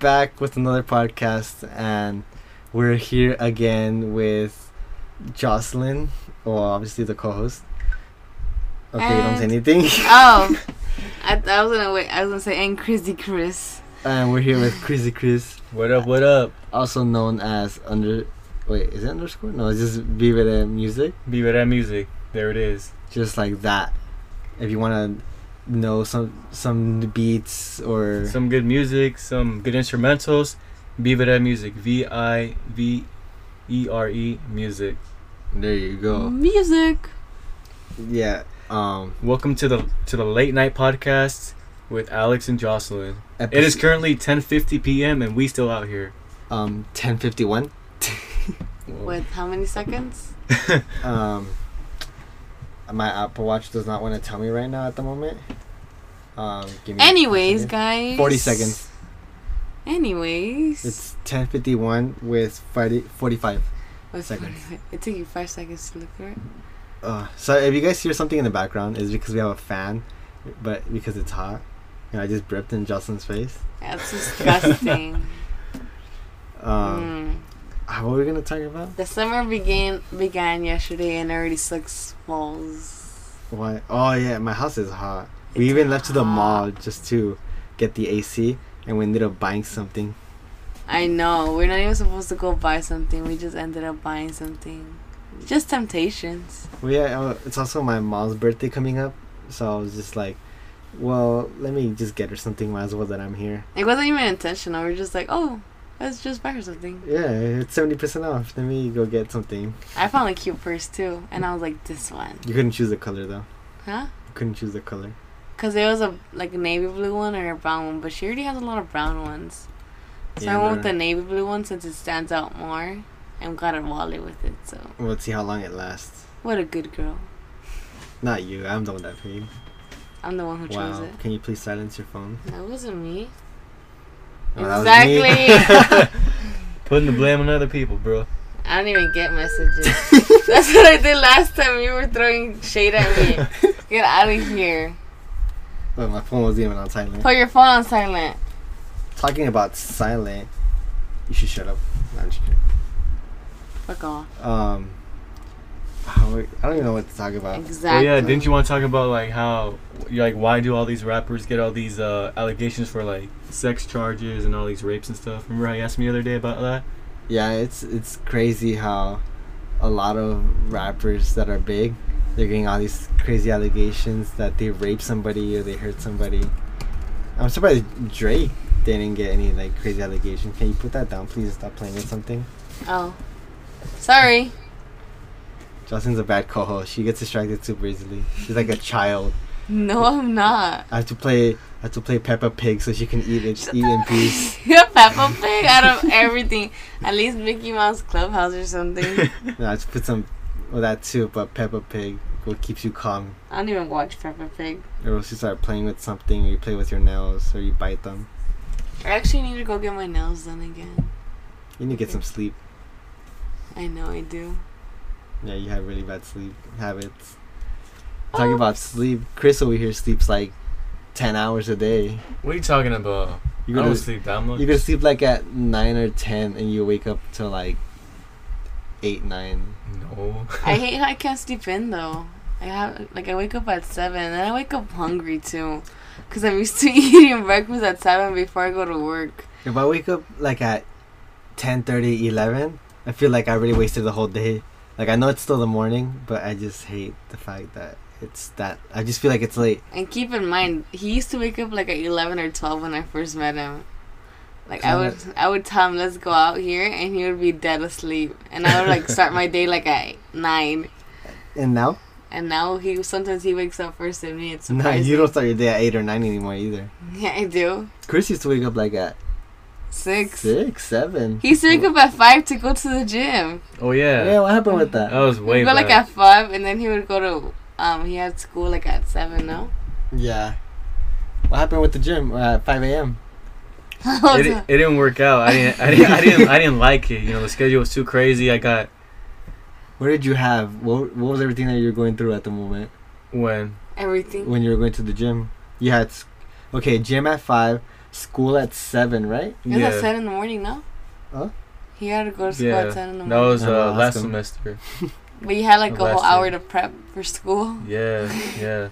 back with another podcast, and we're here again with Jocelyn, or obviously the co-host. Okay, you don't say And- anything. Oh, I, I was gonna wait. I was gonna say and Chrissy Chris. and we're here with Crazy Chris, What up? What up? also known as under. Wait, is it underscore? No, it's just Vive de Music, Viva music. There it is. just like that. If you want to know some some beats or Some good music, some good instrumentals. Viva music. V I V E R E music. there you go. Music. Yeah. Um. Welcome to the to the late night podcast with Alex and Jocelyn. It is episode- currently 10:50 p.m. and we still out here. um 1051 With how many seconds? um my apple watch does not want to tell me right now at the moment um give me Anyways, give me- guys. 40 seconds. Anyways. it's 1051 with 40, 45 What's seconds. funny- It took you five seconds to look for it. uh, so if you guys hear something in the background it's because we have a fan but because it's hot and i just burped in jocelyn's face That's disgusting. um how- what are we gonna talk about mm. The summer began began yesterday and already sucks balls. why oh yeah my house is hot we It's even left to the hot. mall just to get the ac and we ended up buying something I know. We're not even supposed to go buy something. We just ended up buying something. Just temptations. Well, yeah, uh, it's also my mom's birthday coming up, so I was just like, well, let me just get her something. Might as well that I'm here. It wasn't even intentional. We are just like, oh, let's just buy her something. Yeah, it's seventy percent off. Let me go get something. I found a cute purse too, and I was like, this one, You couldn't choose the color though. huh? You couldn't choose the color. Cause there was a like a navy blue one or a brown one, but she already has a lot of brown ones. So Yeah, I went with they're- the navy blue one since it stands out more, and got a wallet with it. So We'll see how long it lasts. what a good girl. Not you. I'm the one that paid. I'm the one who chose wow. it. Can you please silence your phone? That wasn't me. Oh, that was me. Exactly. Putting the blame on other people, bro. I don't even get messages. That's what I did last time. You were throwing shade at me. Get out of here. But my phone wasn't even on silent. Put your phone on silent. Talking about silent, you should shut up. No, I'm just kidding. Fuck off. Um, how, I don't even know what to talk about. Well, Exactly. Oh, yeah, didn't you want to talk about like how, like, why do all these rappers get all these uh, allegations for like sex charges and all these rapes and stuff? Remember how you asked me the other day about that? Yeah, it's it's crazy how a lot of rappers that are big, they're getting all these crazy allegations that they raped somebody or they hurt somebody. I'm surprised Drake didn't get any like crazy allegations. Can you put that down, please? Stop playing with something. Oh, sorry. Jocelyn's a bad co-host. She gets distracted super easily. She's like a child. No, I'm not. I have to play. I have to play Peppa Pig so she can eat it, eat in peace. Peppa Pig out of everything. At least Mickey Mouse Clubhouse or something. No, I have to put some well, that too, but Peppa Pig will keeps you calm. I don't even watch Peppa Pig. Or else you start playing with something, or you play with your nails, or you bite them. I actually need to go get my nails done again. You need to get some sleep. I know I do. Yeah, you have really bad sleep habits. Talking about sleep, Chris over here sleeps like ten hours a day. What are you talking about? You I go don't to sleep that much. you go to sleep like at nine or ten, and you wake up till like eight nine. No. I hate how I can't sleep in though. I have like I wake up at seven and I wake up hungry too, cause I'm used to eating breakfast at seven before I go to work. If I wake up like at 10, 11, I feel like I really wasted the whole day. Like I know it's still the morning, but I just hate the fact that it's that. I just feel like it's late. And keep in mind, he used to wake up like at eleven or twelve when I first met him. Like I would, I would tell him, "Let's go out here," and he would be dead asleep. And I would like start my day like at nine. And now, And now he sometimes he wakes up first than me. It's no, surprising. you don't start your day at eight or nine anymore either. Yeah, I do. Chris used to wake up like at Six. six, seven. He used to wake up at five to go to the gym. oh yeah. Oh. Yeah, what happened with that? That was way He'd go back. like at five, and then he would go to um he had school like at seven. No. Yeah. What happened with the gym uh, at 5 a.m.? it, di- it didn't work out. I didn't. I didn't. I didn't. I didn't like it. You know, the schedule was too crazy. I got What did you have? What, what was everything that you were going through at the moment when Everything. when you were going to the gym? You had, s- okay, gym at 5. school at seven, right? It was at Yeah. seven in the morning, no? Huh? He had to go to school Yeah. at seven in the That morning. was I'm gonna uh, ask last him. semester. but you had like the a whole last hour year. to prep for school. Yeah, yeah.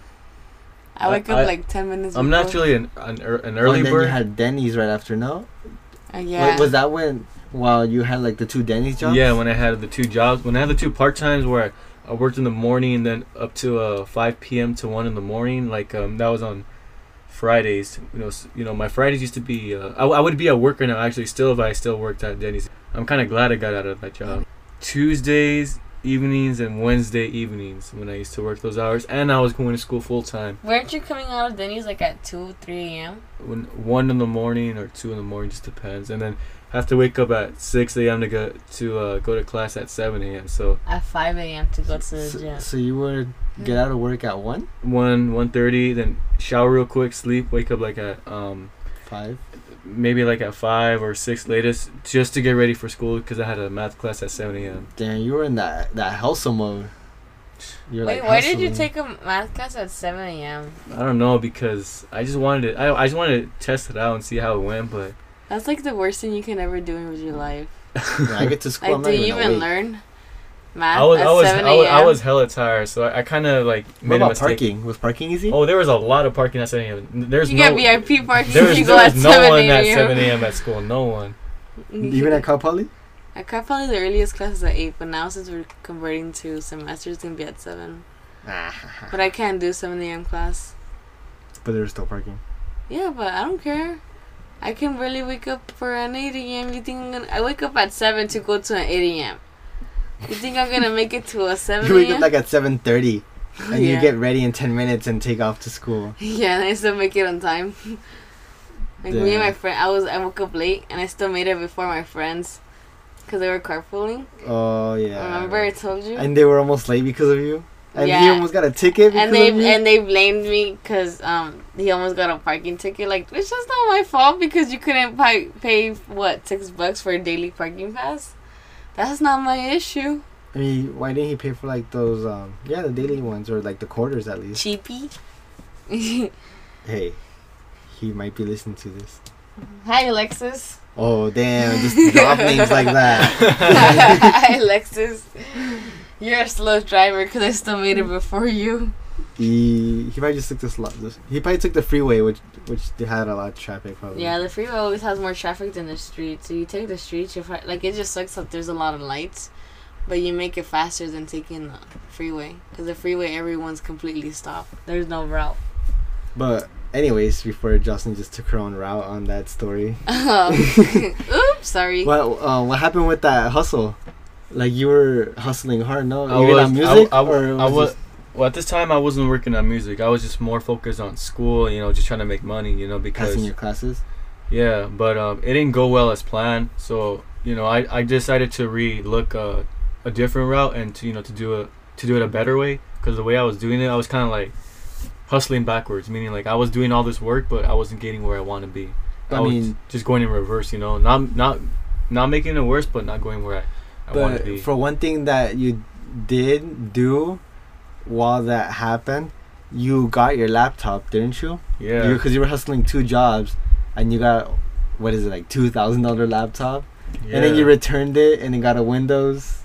I I- wake up I- like ten minutes. I'm not before. really an an, ear- an Oh, early and then bird. you had Denny's right after. No, Uh, Wa- yeah. was that when? While you had like the two Denny's jobs. Yeah, when I had the two jobs, when I had the two part times where I worked in the morning and then up to uh, 5 p.m. to 1 in the morning, like um, that was on Fridays. You know, s- you know, my Fridays used to be. Uh, I, I would be at work right now actually, still if I still worked at Denny's. I'm kind of glad I got out of that job. Tuesdays evenings and Wednesday evenings when I used to work those hours, and I was going to school full time. Weren't you coming out of Denny's like at two, three a.m.? When one in the morning or two in the morning just depends, and then have to wake up at 6 a.m. to go to uh, go to class at 7 a.m. So. At five a.m. to go to the So, gym. so you would get out of work at one, one one thirty, then shower real quick, sleep, wake up like at um five. maybe like at five or six latest, just to get ready for school because I had a math class at seven a.m. Damn, you were in that that hustle mode. You were, Wait, like, why did you hustling. take a math class at seven a.m.? I don't know because I just wanted to, I I just wanted to test it out and see how it went, but That's like the worst thing you can ever do in your life. When I get to school. Like, I'm do not you even, even awake. learn math I was at I was seven I was, a.m.? I was hella tired, so I, I kind of like What made a about mistake. parking? Was parking easy? Oh, there was a lot of parking at seven a.m. N- There's you no get VIP parking. there was, you there go at was no seven one a.m. at seven a.m. at school. No one. Even at Cal Poly? At Cal Poly, the earliest class is at 8, but now since we're converting to semesters, it's going to be at 7. But I can't do 7 a.m. class. But there was still parking. Yeah, but I don't care. I can barely wake up for an 8 a.m. You think I'm going to... I wake up at 7 to go to an 8 a.m. You think I'm going to make it to a 7 You wake up a.m.? like at seven thirty, and yeah. you get ready in ten minutes and take off to school. Yeah, and I still make it on time. like, me Damn. and my friend... I was... I woke up late, and I still made it before my friends. Because they were carpooling. Oh yeah. Remember I told you? And they were almost late because of you. And he Yeah. almost got a ticket because and they of you. and they blamed me because um he almost got a parking ticket. Like it's just not my fault because you couldn't pay, pay what six bucks for a daily parking pass. That's not my issue. I mean, why didn't he pay for like those? Um, yeah, the daily ones or like the quarters at least. Cheapy. Hey, he might be listening to this. Hi Alexis. Oh damn! Just drop names like that. Hi Alexis. You're a slow driver because I still made it before you. He he probably just took this lot. This, he probably took the freeway, which which they had a lot of traffic probably. Yeah, the freeway always has more traffic than the street. So you take the street, you fi- like it just sucks that there's a lot of lights, but you make it faster than taking the freeway because the freeway everyone's completely stopped. There's no route. But anyways, before Jocelyn just took her own route on that story. Um, Oops, sorry. What uh, what happened with that hustle? Like you were hustling hard, no? I Even was, on I- music, I, or I was. it Well, at this time, I wasn't working on music. I was just more focused on school, you know, just trying to make money, you know, just because passing your classes. Yeah, but um, it didn't go well as planned. So you know, I, I decided to re-look uh, a different route and to you know to do it to do it a better way because the way I was doing it, I was kind of like hustling backwards, meaning like I was doing all this work, but I wasn't getting where I want to be. I was mean, just going in reverse, you know, not not not making it worse, but not going where I, I want to but be. for one thing that you did do while that happened, you got your laptop, didn't you? yeah, Because you were hustling two jobs, and you got what is it like two thousand dollar laptop, yeah. and then you returned it and it got a Windows.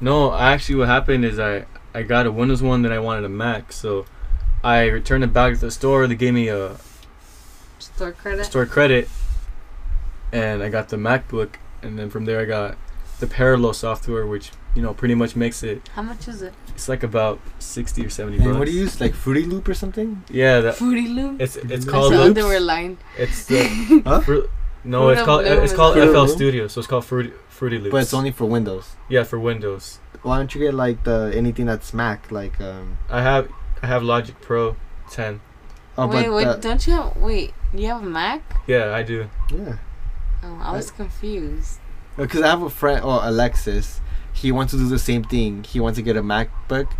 No, actually, what happened is I I got a Windows one that I wanted a Mac, so I returned it back to the store. They gave me a Store credit. store credit, and I got the MacBook, and then from there I got the Parallel software, which you know pretty much makes it. How much is it? It's like about sixty or seventy bucks. And what do you use, like Fruity Loop or something? Yeah, that, Fruity Loop. it's it's I I called saw thought Loops? they were lying. it's the Huh? Fru- no, Fruit it's of called Loom it's is called Fruit of FL Loom? Studio, so it's called Fruity Fruity Loops. But it's only for Windows. yeah for Windows. Why don't you get like the anything that's Mac, like um. I have I have Logic Pro ten. Oh, wait, but wait, the- don't you have? Wait, you have a Mac? Yeah, I do. Yeah, Oh, I was confused. because I have a friend, oh Alexis, he wants to do the same thing. He wants to get a MacBook,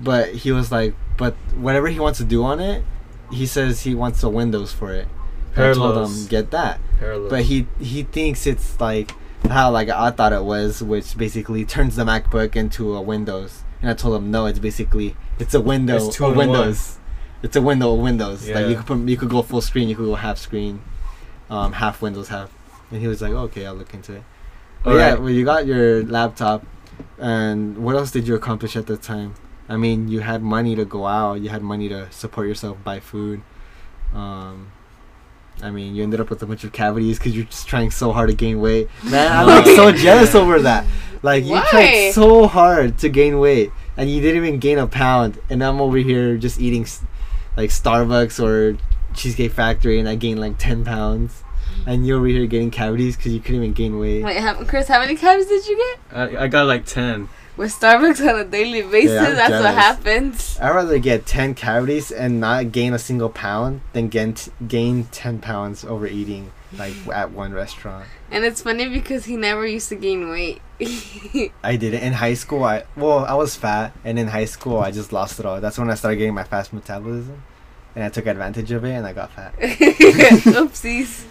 but he was like, but whatever he wants to do on it, he says he wants a Windows for it. I told Parallels. him get that, Parallel. but he he thinks it's like how like I thought it was, which basically turns the MacBook into a Windows. And I told him no, it's basically it's a window, It's two a in one. Windows. It's a window, of Windows. Like Yeah. you could put, you could go full screen, you could go half screen. um, half windows, half. And he was like, okay, I'll look into it. But All yeah, right. well, you got your laptop, and what else did you accomplish at the time? I mean, you had money to go out, you had money to support yourself, buy food. Um, I mean, you ended up with a bunch of cavities because you're just trying so hard to gain weight. Man, I'm like so jealous over that. Like you Why? tried so hard to gain weight, and you didn't even gain a pound, and I'm over here just eating s- like Starbucks or Cheesecake Factory, and I gained like ten pounds, and you're over here getting cavities because you couldn't even gain weight. Wait, how, Chris, how many cabs did you get? I, I got like 10. With Starbucks on a daily basis, Yeah, I'm that's what jealous. happens. I'd rather get 10 cavities and not gain a single pound than gain, t- gain 10 pounds overeating like at one restaurant. And it's funny because he never used to gain weight. That's I did it in high school. I well, I was fat, and in high school I just lost it all. That's when I started getting my fast metabolism, and I took advantage of it, and I got fat. Oopsies.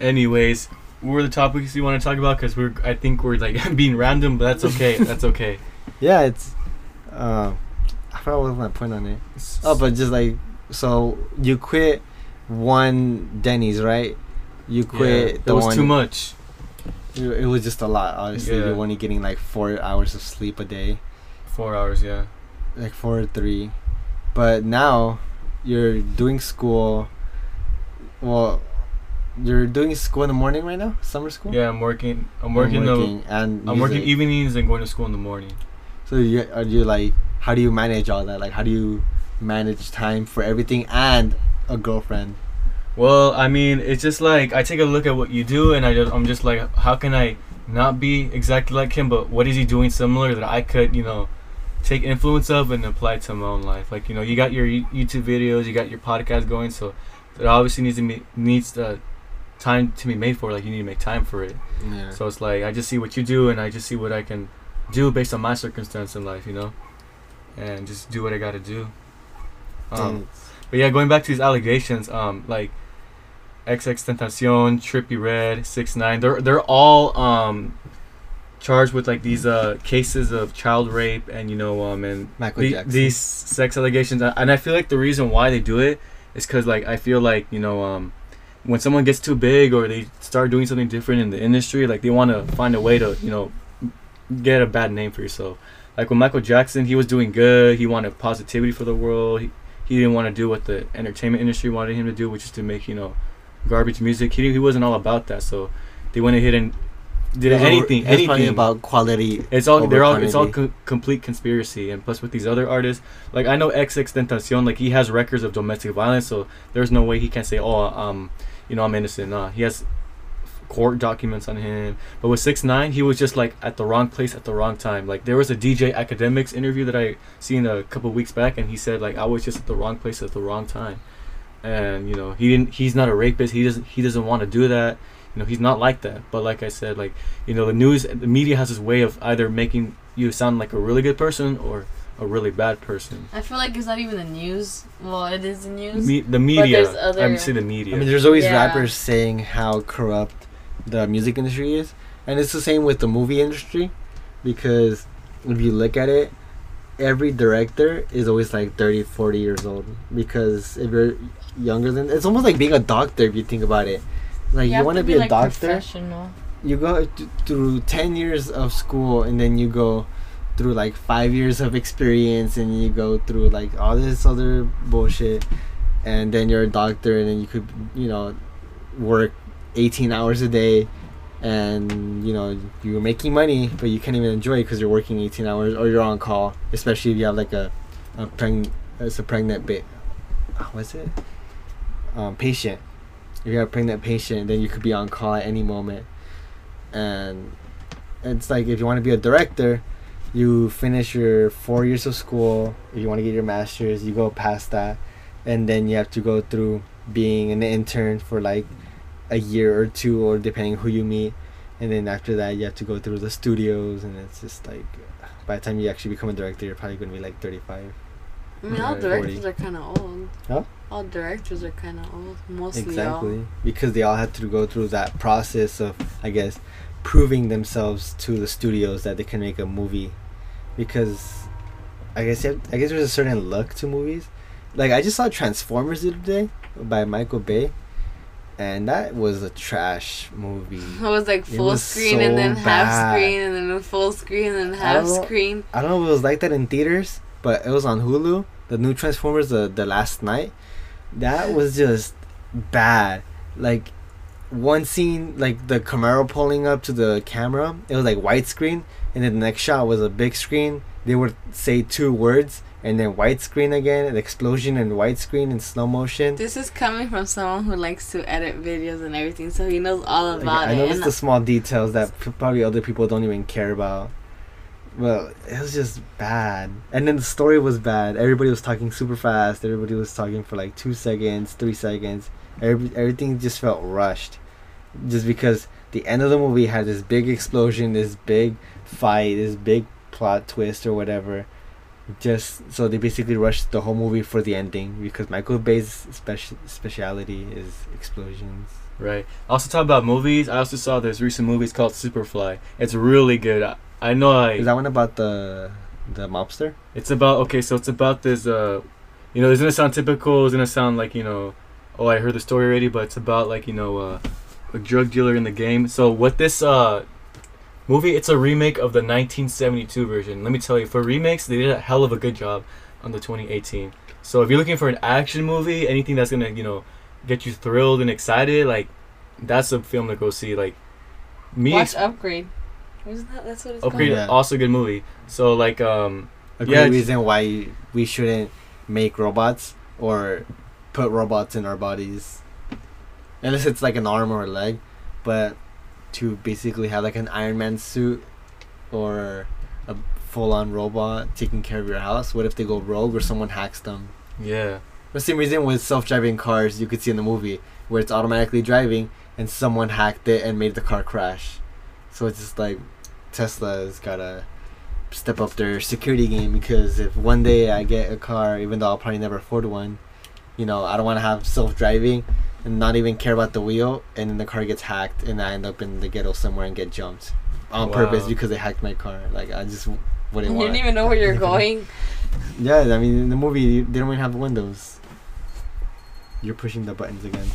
Anyways, what were the topics you want to talk about? Because we're, I think we're like being random, but that's okay. That's okay. Yeah, it's. Um, I forgot what was my point on it. Oh, but just like so, you quit one Denny's, right? You Yeah, quit that the was one. too much. It it was just a lot. Obviously, Yeah. you're only getting like four hours of sleep a day. Four hours, yeah. like four or three, but now you're doing school. Well, you're doing school in the morning right now, summer school. Yeah, I'm working. I'm I'm working. the- and I'm working music. evenings and going to school in the morning. So you are you like, how do you manage all that? Like, how do you manage time for everything and a girlfriend? Well, I mean, it's just like I take a look at what you do, and I just, I'm just like, how can I not be exactly like him? But what is he doing similar that I could, you know, take influence of and apply to my own life? Like, you know, you got your Yo- YouTube videos, you got your podcast going, so it obviously needs to be needs uh, time to be made for. it. Like, you need to make time for it. Yeah. So it's like I just see what you do, and I just see what I can do based on my circumstance in life, you know, and just do what I got to do. Um, but yeah, going back to these allegations, um, like XX Tentacion, Trippy Red, Six Nine, they're they're all um charged with like these uh cases of child rape and you know um and Michael the- Jackson. these sex allegations, uh, and I feel like the reason why they do it is because like I feel like you know um when someone gets too big or they start doing something different in the industry, like they want to find a way to you know get a bad name for yourself. Like with Michael Jackson, he was doing good. He wanted positivity for the world. He, he didn't want to do what the entertainment industry wanted him to do, which is to make you know garbage music. He, he wasn't all about that. So they went ahead and did It's over- anything, it's probably anything about quality. it's all they're all it's all Overcomedy. co- complete conspiracy, and plus with these other artists, like I know XX Tentacion, like he has records of domestic violence, so there's no way he can say, oh, um, you know, I'm innocent. Nah, he has court documents on him. But with Six Nine, he was just like at the wrong place at the wrong time. Like there was a DJ Academics interview that I seen a couple weeks back, and he said like I was just at the wrong place at the wrong time, and you know he didn't. He's not a rapist. He doesn't. He doesn't want to do that. You know he's not like that. But like I said, like you know the news, the media has this way of either making you sound like a really good person or a really bad person. I feel like it's not even the news. Well, it is the news. Me, the media. there's other- I would say the media. I mean, there's always Yeah. rappers saying how corrupt the music industry is, and it's the same with the movie industry, because if you look at it, every director is always like 30, 40 years old. Because if you're younger than, it's almost like being a doctor if you think about it. Like you, have want to be, a like, doctor, Professional. you go th- through ten years of school, and then you go through like five years of experience, and you go through like all this other bullshit, and then you're a doctor, and then you could you know work eighteen hours a day, and you know you're making money, but you can't even enjoy it because you're working eighteen hours or you're on call, especially if you have like a a preg it's a pregnant bit. What's it? Um, patient. If you have a pregnant patient, then you could be on call at any moment and it's like if you want to be a director you finish your four years of school if you want to get your master's you go past that and then you have to go through being an intern for like a year or two or depending who you meet and then after that you have to go through the studios and it's just like by the time you actually become a director you're probably going to be like 35 I mean, all Right, directors forty. are kind of old. Huh? All directors are kind of old. Mostly exactly because they all had to go through that process of i guess proving themselves to the studios that they can make a movie because i guess you have- i guess there's a certain look to movies like i just saw transformers the other day by michael bay and that was a trash movie. It was like It full was screen and so then half bad. screen and then full screen and then I half don't know. screen. I don't know if it was like that in theaters, but it was on Hulu. The new Transformers, the the last night, that was just bad. Like one scene, like the Camaro pulling up to the camera, it was like white screen, and then the next shot was a big screen. They would say two words, and then white screen again, an explosion and white screen in slow motion. This is coming from someone who likes to edit videos and everything, so he knows all Like, about I it. noticed And the small details that p- probably other people don't even care about. Well, it was just bad. And then the story was bad. Everybody was talking super fast. Everybody was talking for like two seconds, three seconds. Every, everything just felt rushed. Just because the end of the movie had this big explosion, this big fight, this big plot twist or whatever. Just so they basically rushed the whole movie for the ending because Michael Bay's speci- speciality is explosions. Right. Also talk about movies. I also saw this recent movie. It's called Superfly. It's really good. I, I know. I Is that one about the the mobster? It's about okay, so it's about this. Uh, you know, it's gonna sound typical. It's gonna sound like you know, oh, I heard the story already. But it's about like you know, uh, a drug dealer in the game. So what this uh, movie? It's a remake of the 1972 version. Let me tell you, for remakes, they did a hell of a good job on the 2018. So if you're looking for an action movie, anything that's gonna you know get you thrilled and excited, like that's a film to go see. Like me, Watch ex- Upgrade. Wasn't that that's what it's upgrade Yeah. also good movie. So like um. A Yeah, great it's- reason why we shouldn't make robots or put robots in our bodies, unless it's like an arm or a leg. But to basically have like an Iron Man suit or a full-on robot taking care of your house. What if they go rogue or someone hacks them? Yeah. The same reason with self-driving cars you could see in the movie where it's automatically driving and someone hacked it and made the car crash. So it's just like Tesla's gotta step up their security game because if one day I get a car, even though I'll probably never afford one, you know, I don't want to have self-driving and not even care about the wheel, and then the car gets hacked and I end up in the ghetto somewhere and get jumped on Wow. purpose because they hacked my car. Like I just You wouldn't want. didn't even know where you're going. Yeah, I mean, in the movie, they don't even have windows. You're pushing the buttons again.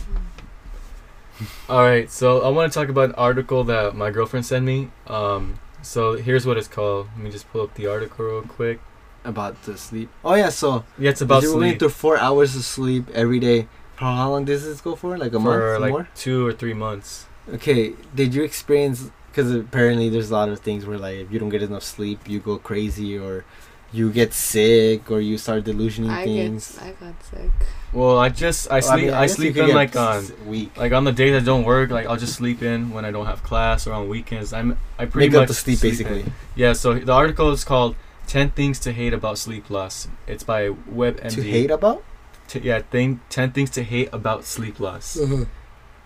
All right, so I want to talk about an article that my girlfriend sent me. Um, so here's what it's called. Let me just pull up the article real quick. About the sleep. Oh, yeah, so Yeah, it's you're about going sleep through four hours of sleep every day. For how long does this go for? Like a month for or like more? two or three months. Okay, did you experience. Because apparently, there's a lot of things where, like, if you don't get enough sleep, you go crazy or you get sick or you start delusioning I things. get, I got sick. Well, I just I Oh, sleep mean, I, guess you sleep could in get like on s- weak. like on the days I don't work. Like I'll just sleep in when I don't have class or on weekends. I'm I pretty Make much up the sleep, e- in. basically. Yeah. So the article is called "10 Things to Hate About Sleep Loss." It's by WebMD. To hate about? T- yeah, thing, 10 Things to Hate About Sleep Loss.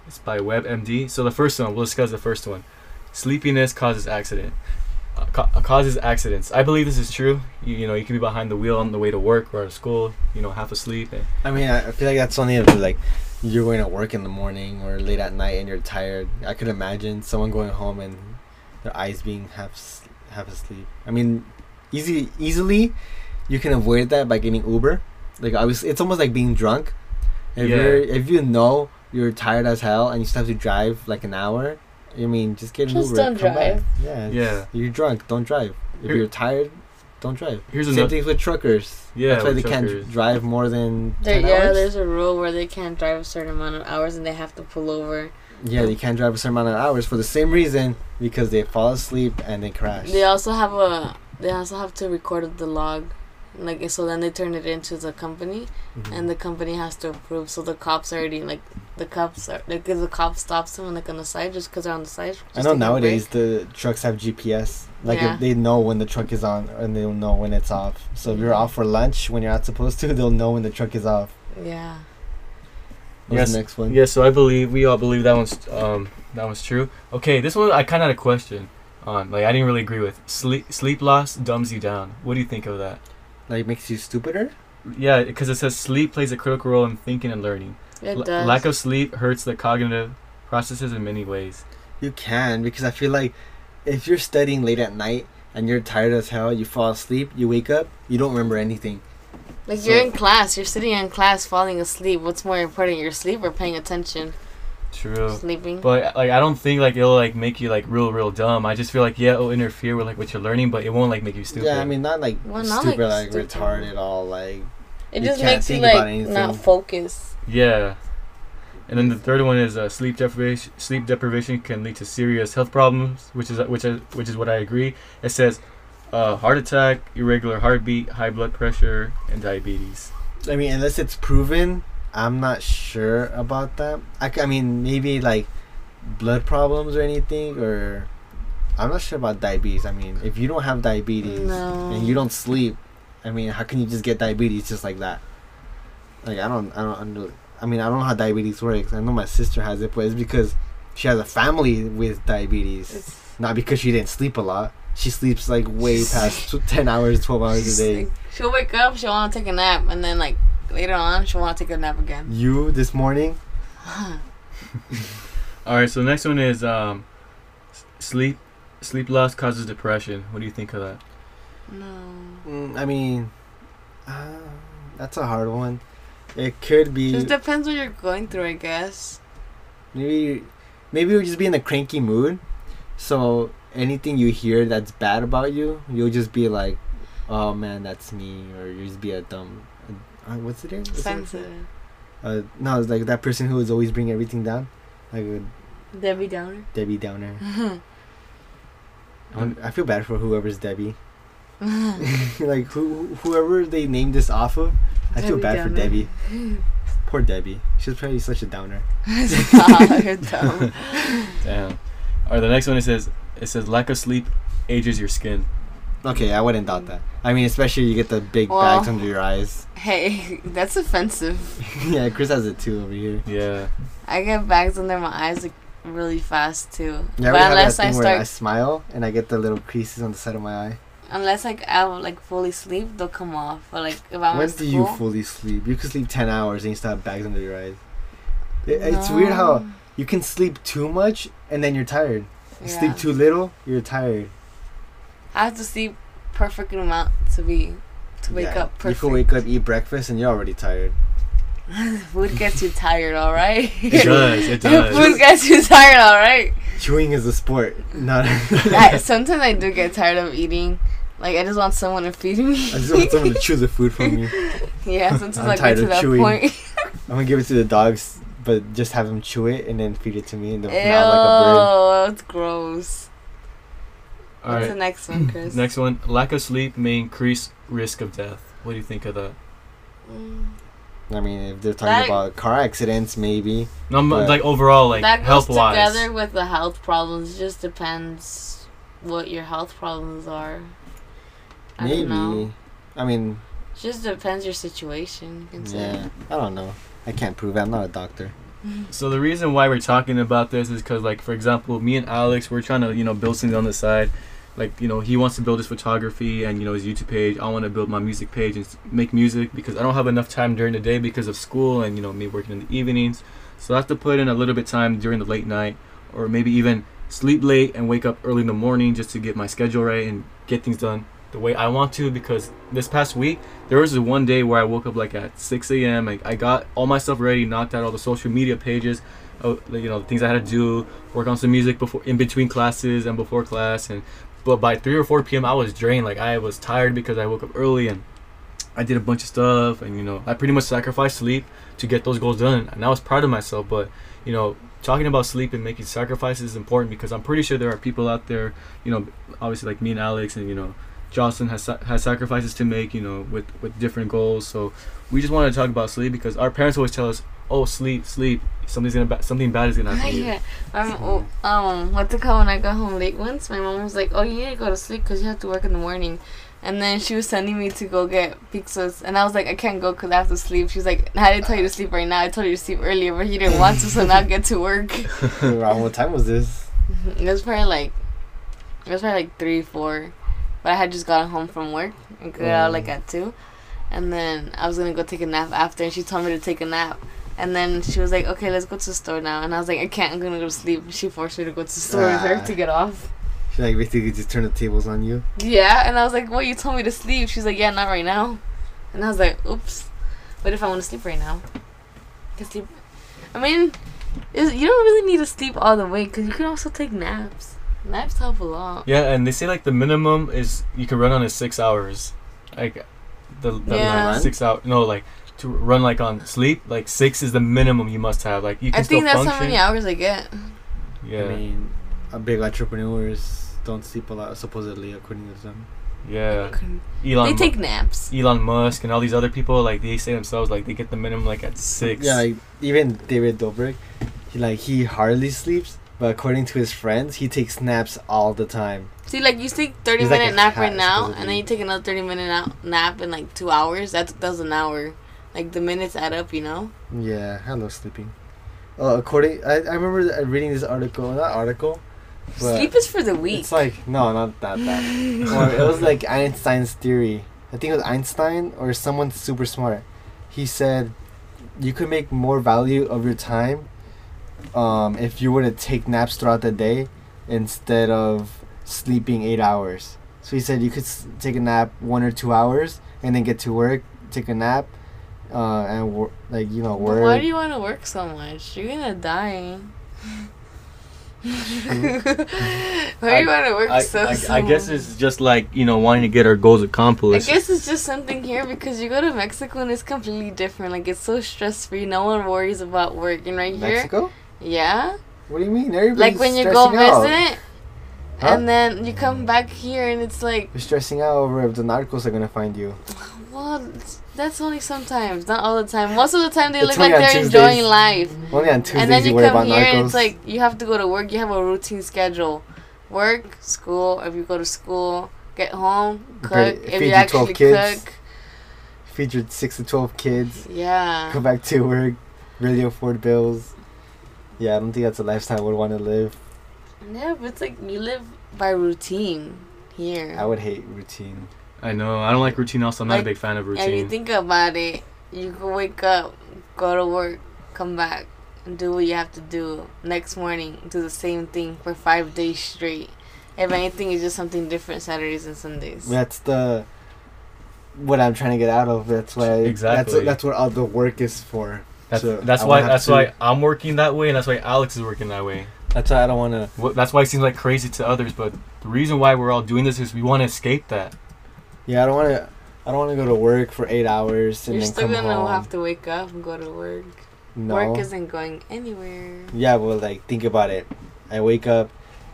It's by WebMD. So the first one, we'll discuss the first one. Sleepiness causes accident. Uh, ca- causes accidents. I believe this is true. You, you know, you can be behind the wheel on the way to work or to school. You know, half asleep. And, I mean, I I feel like that's only if like you're going to work in the morning or late at night and you're tired. I could imagine someone going home and their eyes being half s- half asleep. I mean, easy easily you can avoid that by getting Uber. Like I was, it's almost like being drunk. If Yeah. you're if you know you're tired as hell and you still have to drive like an hour, I mean, just get an Just Uber. don't come back. drive. Yeah, it's- Yeah. You're drunk. Don't drive. If Here- you're tired, don't drive. here's Same another. thing with truckers. Yeah, That's why they with can't truckers. dr- drive more than There, 10 yeah, hours. there's a rule where they can't drive a certain amount of hours and they have to pull over. Yeah, they can't drive a certain amount of hours for the same reason because they fall asleep and they crash. They also have a they also have to record the log, like so. Then they turn it into the company, Mhm. and the company has to approve. So the cops already like the cops are like if the cop stops them and like on the side just because they're on the side. just I know taking a nowadays break. the trucks have GPS. Like Yeah. if they know when the truck is on and they'll know when it's off. So if you're Mhm. off for lunch when you're not supposed to, they'll know when the truck is off. Yeah. What's Yes. the next one? Yeah, so I believe we all believe that one's um that one's true. Okay, this one I kind of had a question on. Like I didn't really agree with. Sleep sleep loss dumbs you down. What do you think of that? Like makes you stupider? Yeah, because it says sleep plays a critical role in thinking and learning. It L- does. lack of sleep hurts the cognitive processes in many ways. You can because I feel like if you're studying late at night and you're tired as hell, you fall asleep, you wake up, you don't remember anything. like so- you're in class, you're sitting in class, falling asleep. What's more important, your sleep or paying attention? True. sleeping. But like I don't think like it'll like make you like real real dumb. I just feel like yeah it'll interfere with like what you're learning, but it won't like make you stupid. Yeah, I mean, not like Well, not, stupid, like, like, stupid. retarded, all like. It You just can't makes you think about like anything. not focus. Yeah. And then the third one is uh, sleep deprivation. Sleep deprivation can lead to serious health problems, which is uh, which is which is what I agree. It says uh, heart attack, irregular heartbeat, high blood pressure, and diabetes. I mean, unless it's proven, I'm not sure about that. I, c- I mean, maybe like blood problems or anything, or I'm not sure about diabetes. I mean, if you don't have diabetes No. and you don't sleep, I mean, how can you just get diabetes just like that? Like, I don't, I don't under. I mean, I don't know how diabetes works. I know my sister has it, but it's because she has a family with diabetes, It's not because she didn't sleep a lot. She sleeps like way past tw- ten hours, twelve hours a day. She'll wake up, she'll want to take a nap, and then like later on, she'll want to take a nap again. You this morning, All right, so the next one is um, s- sleep sleep loss causes depression. What do you think of that? No. Mm, I mean, uh, that's a hard one. It could be Just depends what you're going through, I guess. maybe maybe you'll just be in a cranky mood. So anything you hear that's bad about you, you'll just be like, "Oh man, that's me," or you'll just be a dumb. Uh, what's it? Is it Sensitive. uh, no, it's like that person who is always bringing everything down, like a Debbie Downer. Debbie Downer. Um, I feel bad for whoever's Debbie. like who whoever they named this off of, I feel Debbie bad for Downer. Debbie. Poor Debbie. She's probably such a downer. Stop, you're dumb. Damn. All right, the next one it says it says lack of sleep ages your skin. Okay, I wouldn't doubt that. I mean, especially you get the big Well- bags under your eyes. Hey, that's offensive. yeah, Chris has it too over here. Yeah. I get bags under my eyes like really fast too. You ever but have that unless thing I where start, I smile and I get the little creases on the side of my eye? unless like I will, like fully sleep, they'll come off. But like if I'm when in do you school, fully sleep? You could sleep ten hours and you still have bags under your eyes. It, It's weird how No. you can sleep too much and then you're tired. You Yeah. Sleep too little, you're tired. I have to sleep perfect amount to be to wake Yeah. up You perfect. could wake up, eat breakfast, and you're already tired. Food gets you tired, all right. It does. Food It does. gets you tired, all right. Chewing is a sport, not. I, sometimes I do get tired of eating. Like I just want someone to feed me. I just want someone to chew the food for me. yeah, sometimes I'm I tired get to of that chewing. point. I'm gonna give it to the dogs, but just have them chew it and then feed it to me and Ew, they'll mouth that's gross. All What's right. the next one, Chris? Next one, lack of sleep may increase risk of death. What do you think of that? Mm. like a bird. I mean, if they're talking That- about car accidents, maybe. No, I'm, But- like overall, like that goes health wise. together with the health problems. It just depends what your health problems are. I maybe. don't know. I mean, It just depends your situation. you can say. yeah. I don't know. I can't prove it. I'm not a doctor. So the reason why we're talking about this is because, like, for example, me and Alex, we're trying to you know build something on the side. Like you know, he wants to build his photography and you know his YouTube page. I want to build my music page and s- make music because I don't have enough time during the day because of school and you know me working in the evenings. So I have to put in a little bit time during the late night or maybe even sleep late and wake up early in the morning just to get my schedule right and get things done the way I want to because this past week there was this one day where I woke up like at 6 a.m. Like I got all my stuff ready, knocked out all the social media pages, uh, you know, the things I had to do, work on some music before, in between classes and before class, and but by 3 or 4 p.m. I was drained. Like I was tired because I woke up early and I did a bunch of stuff, and you know, I pretty much sacrificed sleep to get those goals done, and I was proud of myself. But you know, talking about sleep and making sacrifices is important because I'm pretty sure there are people out there, you know, obviously like me and Alex, and you know. Jocelyn has sa- has sacrifices to make, you know, with with different goals. So we just wanted to talk about sleep because our parents always tell us, "Oh, sleep, sleep. Something's gonna ba- something bad is gonna happen." to you." yeah. I'm, oh, um, what to call when I got home late once? My mom was like, "Oh, you need to go to sleep because you have to work in the morning." And then she was sending me to go get pizzas, and I was like, "I can't go because I have to sleep." She was like, "I didn't tell you to sleep right now. I told you to sleep earlier, but you didn't want to, so now get to work." Around uh, what time was this? It was probably like it was probably like three, four. But I had just gotten home from work and got out like at two. And then I was gonna go take a nap after and she told me to take a nap. And then she was like, Okay, let's go to the store now and I was like, I can't, I'm gonna go to sleep. She forced me to go to the store with her Ah. to get off. She like basically just turned the tables on you. Yeah, and I was like, Well, you told me to sleep. She's like, Yeah, not right now and I was like, Oops. What if I wanna sleep right now? I can sleep I mean, Is you don't really need to sleep all the way because you can also take naps. Naps help a lot. Yeah, and they say like the minimum is you can run on is six hours, like the, the Yeah. like, six hour. No, like to run like on sleep, like six is the minimum you must have. Like you can I still think that's how function. many hours I get. yeah, I mean, uh, big entrepreneurs don't sleep a lot, supposedly, according to them. yeah. They Elon, Mu- take naps. Elon Musk, and all these other people, like they say themselves, like they get the minimum like at six. Yeah, like even David Dobrik, he like he hardly sleeps, but according to his friends, he takes naps all the time. See, like you take thirty He's like minute a nap cat, right now, and then supposedly. you take another thirty minute out, nap in like two hours. That's that's an hour. Like the minutes add up, you know. Yeah, hello sleeping. Oh, according I, I remember th- reading this article, not article, but Sleep is for the weak. it's like no, not that bad. or it was like Einstein's theory. I think it was Einstein or someone super smart. He said you could make more value of your time um, if you were to take naps throughout the day instead of sleeping eight hours. So he said you could s- take a nap one or two hours and then get to work, take a nap, uh, and wor- like you know But work. Why do you want to work so much? You're gonna die. Why do you want to work I, so? I, so I guess much? it's just like you know wanting to get our goals I accomplished. guess it's just something here because you go to Mexico and it's completely different. Like it's so stress free. No one worries about work. And right here, Mexico? yeah. What do you mean? Everybody's Like when you go stressing out. visit, Huh? and then you come back here and it's like, You're stressing out over if the narcos are gonna find you. Mm-hmm. well, that's only sometimes, not all the time. Most of the time they It's look only like on they're Tuesdays. enjoying life. Only on Tuesdays and then you you worry about come here narcos. and it's like you have to go to work. You have a routine schedule: work, school. If you go to school, get home, cook. Great. If Feed you you 12 actually kids. cook, featured six to twelve kids. yeah. Go back to work, really afford bills. Yeah, I don't think that's a lifestyle I would want to live. Yeah, but it's like you live by routine here. I would hate routine. I know. I don't like routine. Also, I'm not Like, a big fan of routine. If you think about it, you can wake up, go to work, come back, and do what you have to do next morning. Do the same thing for five days straight. If anything, it's just something different Saturdays and Sundays. That's the what I'm trying to get out of. That's why Exactly. That's that's what all the work is for. that's So, that's I why won't have that's to- why I'm working that way, and that's why Alex is working that way. That's why I don't want to. Wh- That's why it seems like crazy to others, but the reason why we're all doing this is we want to escape that. Yeah, I don't want to. I don't want to go to work for eight hours and You're then still come gonna home. have to wake up and go to work. no. Work isn't going anywhere. Yeah, well, like think about it. I wake up,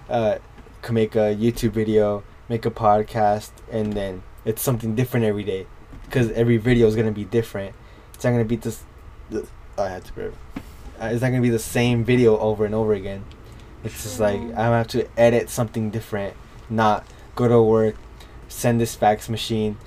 uh, can make a YouTube video, make a podcast, and then it's something different every day, because every video is gonna be different. It's not gonna be this. The, I had to burp. Uh, it's not gonna be the same video over and over again. It's just like I'm gonna have to edit something different, not go to work, send this fax machine,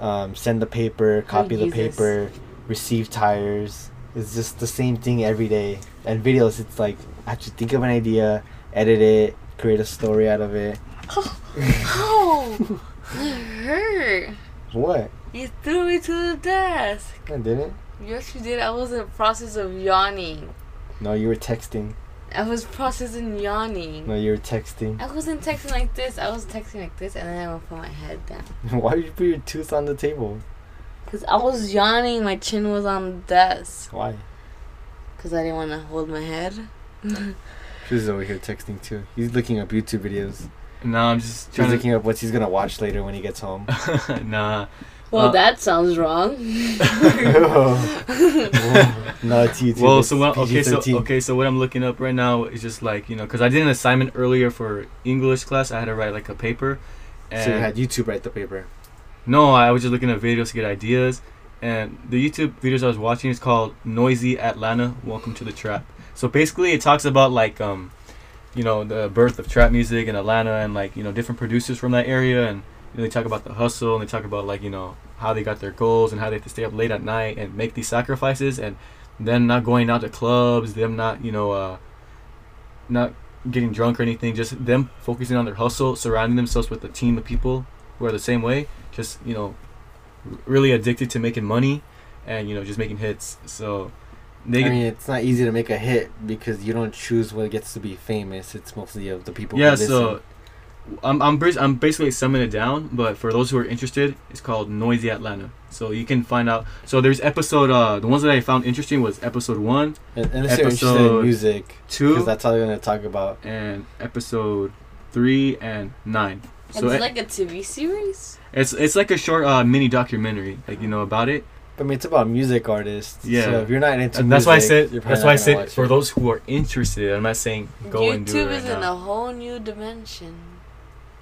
um, send the paper, copy the use this. paper, receive tires. It's just the same thing every day. And videos, it's like I have to think of an idea, edit it, create a story out of it. Oh, it hurt. What? You threw me to the desk. I didn't. Yes, you did. I was in the process of yawning. No, you were texting. I was processing yawning. No, you were texting. I wasn't texting like this. I was texting like this, and then I would put my head down. Why did you put your tooth on the table? Because I was yawning. My chin was on the desk. Why? Because I didn't want to hold my head. She's over here texting too. He's looking up YouTube videos. And now I'm just She's trying looking up what he's gonna watch later when he gets home. to. nah. Well, Uh, that sounds wrong. no, it's YouTube. Well, it's so what, okay, so PG-13. okay, so what I'm looking up right now is just like you know, because I did an assignment earlier for English class. I had to write like a paper. And So you had YouTube write the paper. No, I was just looking at videos to get ideas, and the YouTube videos I was watching is called "Noisy Atlanta: Welcome to the Trap." So basically, it talks about like, um, you know, the birth of trap music in Atlanta, and like you know, different producers from that area, and you know, they talk about the hustle, and they talk about like you know how they got their goals and how they have to stay up late at night and make these sacrifices, and them not going out to clubs, them not you know, uh, not getting drunk or anything, just them focusing on their hustle, surrounding themselves with a team of people who are the same way just you know r- really addicted to making money and you know just making hits so they I mean, it's not easy to make a hit because you don't choose what gets to be famous. It's mostly of the people. yeah who listen. so I'm I'm, bas- I'm basically summing it down, but for those who are interested, it's called Noisy Atlanta. So you can find out. So there's episode uh the ones that I found interesting was episode one, Un- Unless you're interested in Episode music, because two, that's all we're gonna talk about. and episode three and nine. So it's it- like a TV series. it's it's like a short uh, mini documentary, like you know about it. I mean, it's about music artists. Yeah. So if you're not into And that's why I music, said you're probably that's not why I gonna watch said for it. those who are interested. I'm not saying go and do it YouTube right is in now. a whole new dimension.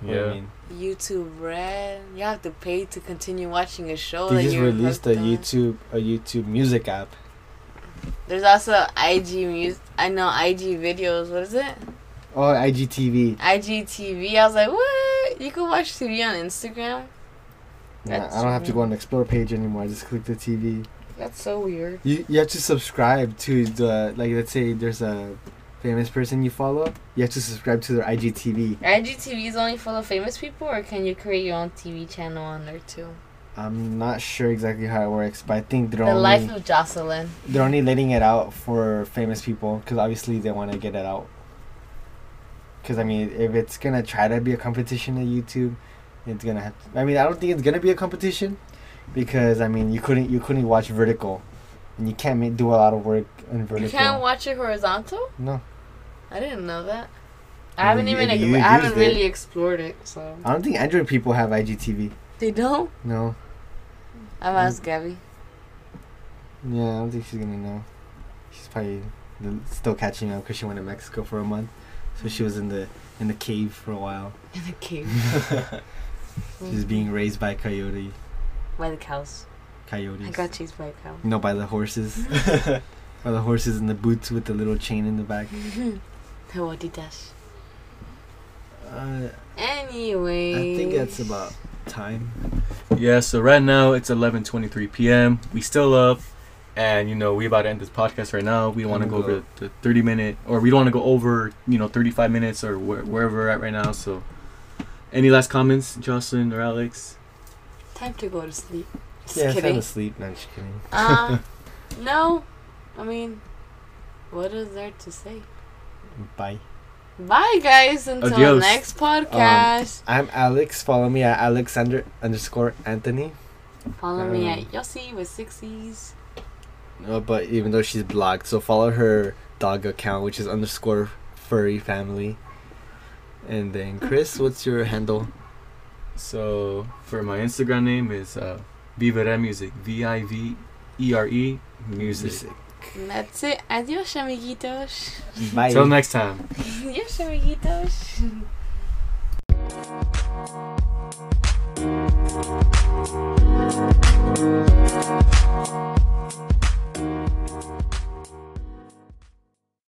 What do you yeah. mean? YouTube Red. You have to pay to continue watching a show. They that just you're released a hooked on. YouTube a YouTube music app. There's also IG music. I know IG videos. What is it? Oh, IGTV. IGTV. I was like, what? You can watch TV on Instagram. Yeah, That's I don't have to weird. go on the explore page anymore. I just click the TV. That's so weird. You you have to subscribe to the like let's say there's a famous person you follow. You have to subscribe to their IGTV. IGTV is only full of famous people, or can you create your own TV channel on there too? I'm not sure exactly how it works, but I think they're The only Life of Jocelyn. they're only letting it out for famous people because obviously they want to get it out. Because I mean, if it's gonna try to be a competition to YouTube, it's gonna have. I mean, I don't think it's gonna be a competition, because I mean, you couldn't you couldn't watch vertical, and you can't make, do a lot of work in vertical. You can't watch it horizontal. no, I didn't know that. Well, I haven't you- even. you ex- I haven't used it. really explored it, so I don't think Android people have IGTV. they don't. No, I've asked Gabby. yeah, I don't think she's gonna know. She's probably l- still catching up because she went to Mexico for a month, so she was in the in the cave for a while. In the cave She's Mm. being raised by coyote by the cows. coyotes. I Mm-hmm. got chased by a cow. You know, by the horses. by the horses in the boots with the little chain in the back. Hawaii dash. Uh, I Anyway. think that's about time. Yeah, so right now it's 11:23 p.m. We still up, and you know we about to end this podcast right now. We want to Kinda go go. over the 30 minute, or we don't want to go over you know 35 minutes or where, wherever we're at right now. So, any last comments, Jocelyn or Alex? time to go to sleep. Just yeah, it's time kidding. to sleep. No, I'm just kidding. Uh, no. I mean, what is there to say? Bye. Bye, guys. Until Adios. next podcast. I'm Alex. Follow me at Alexander underscore Anthony. Follow me um, at Yossi with Sixties. No, but even though she's blocked, so follow her dog account, which is underscore furry family. And then Chris, what's your handle? So for my Instagram name is uh, Vivere Music, V I V E R E Music. And that's it. Adios, amiguitos. Bye. Till next time. Adios, amiguitos.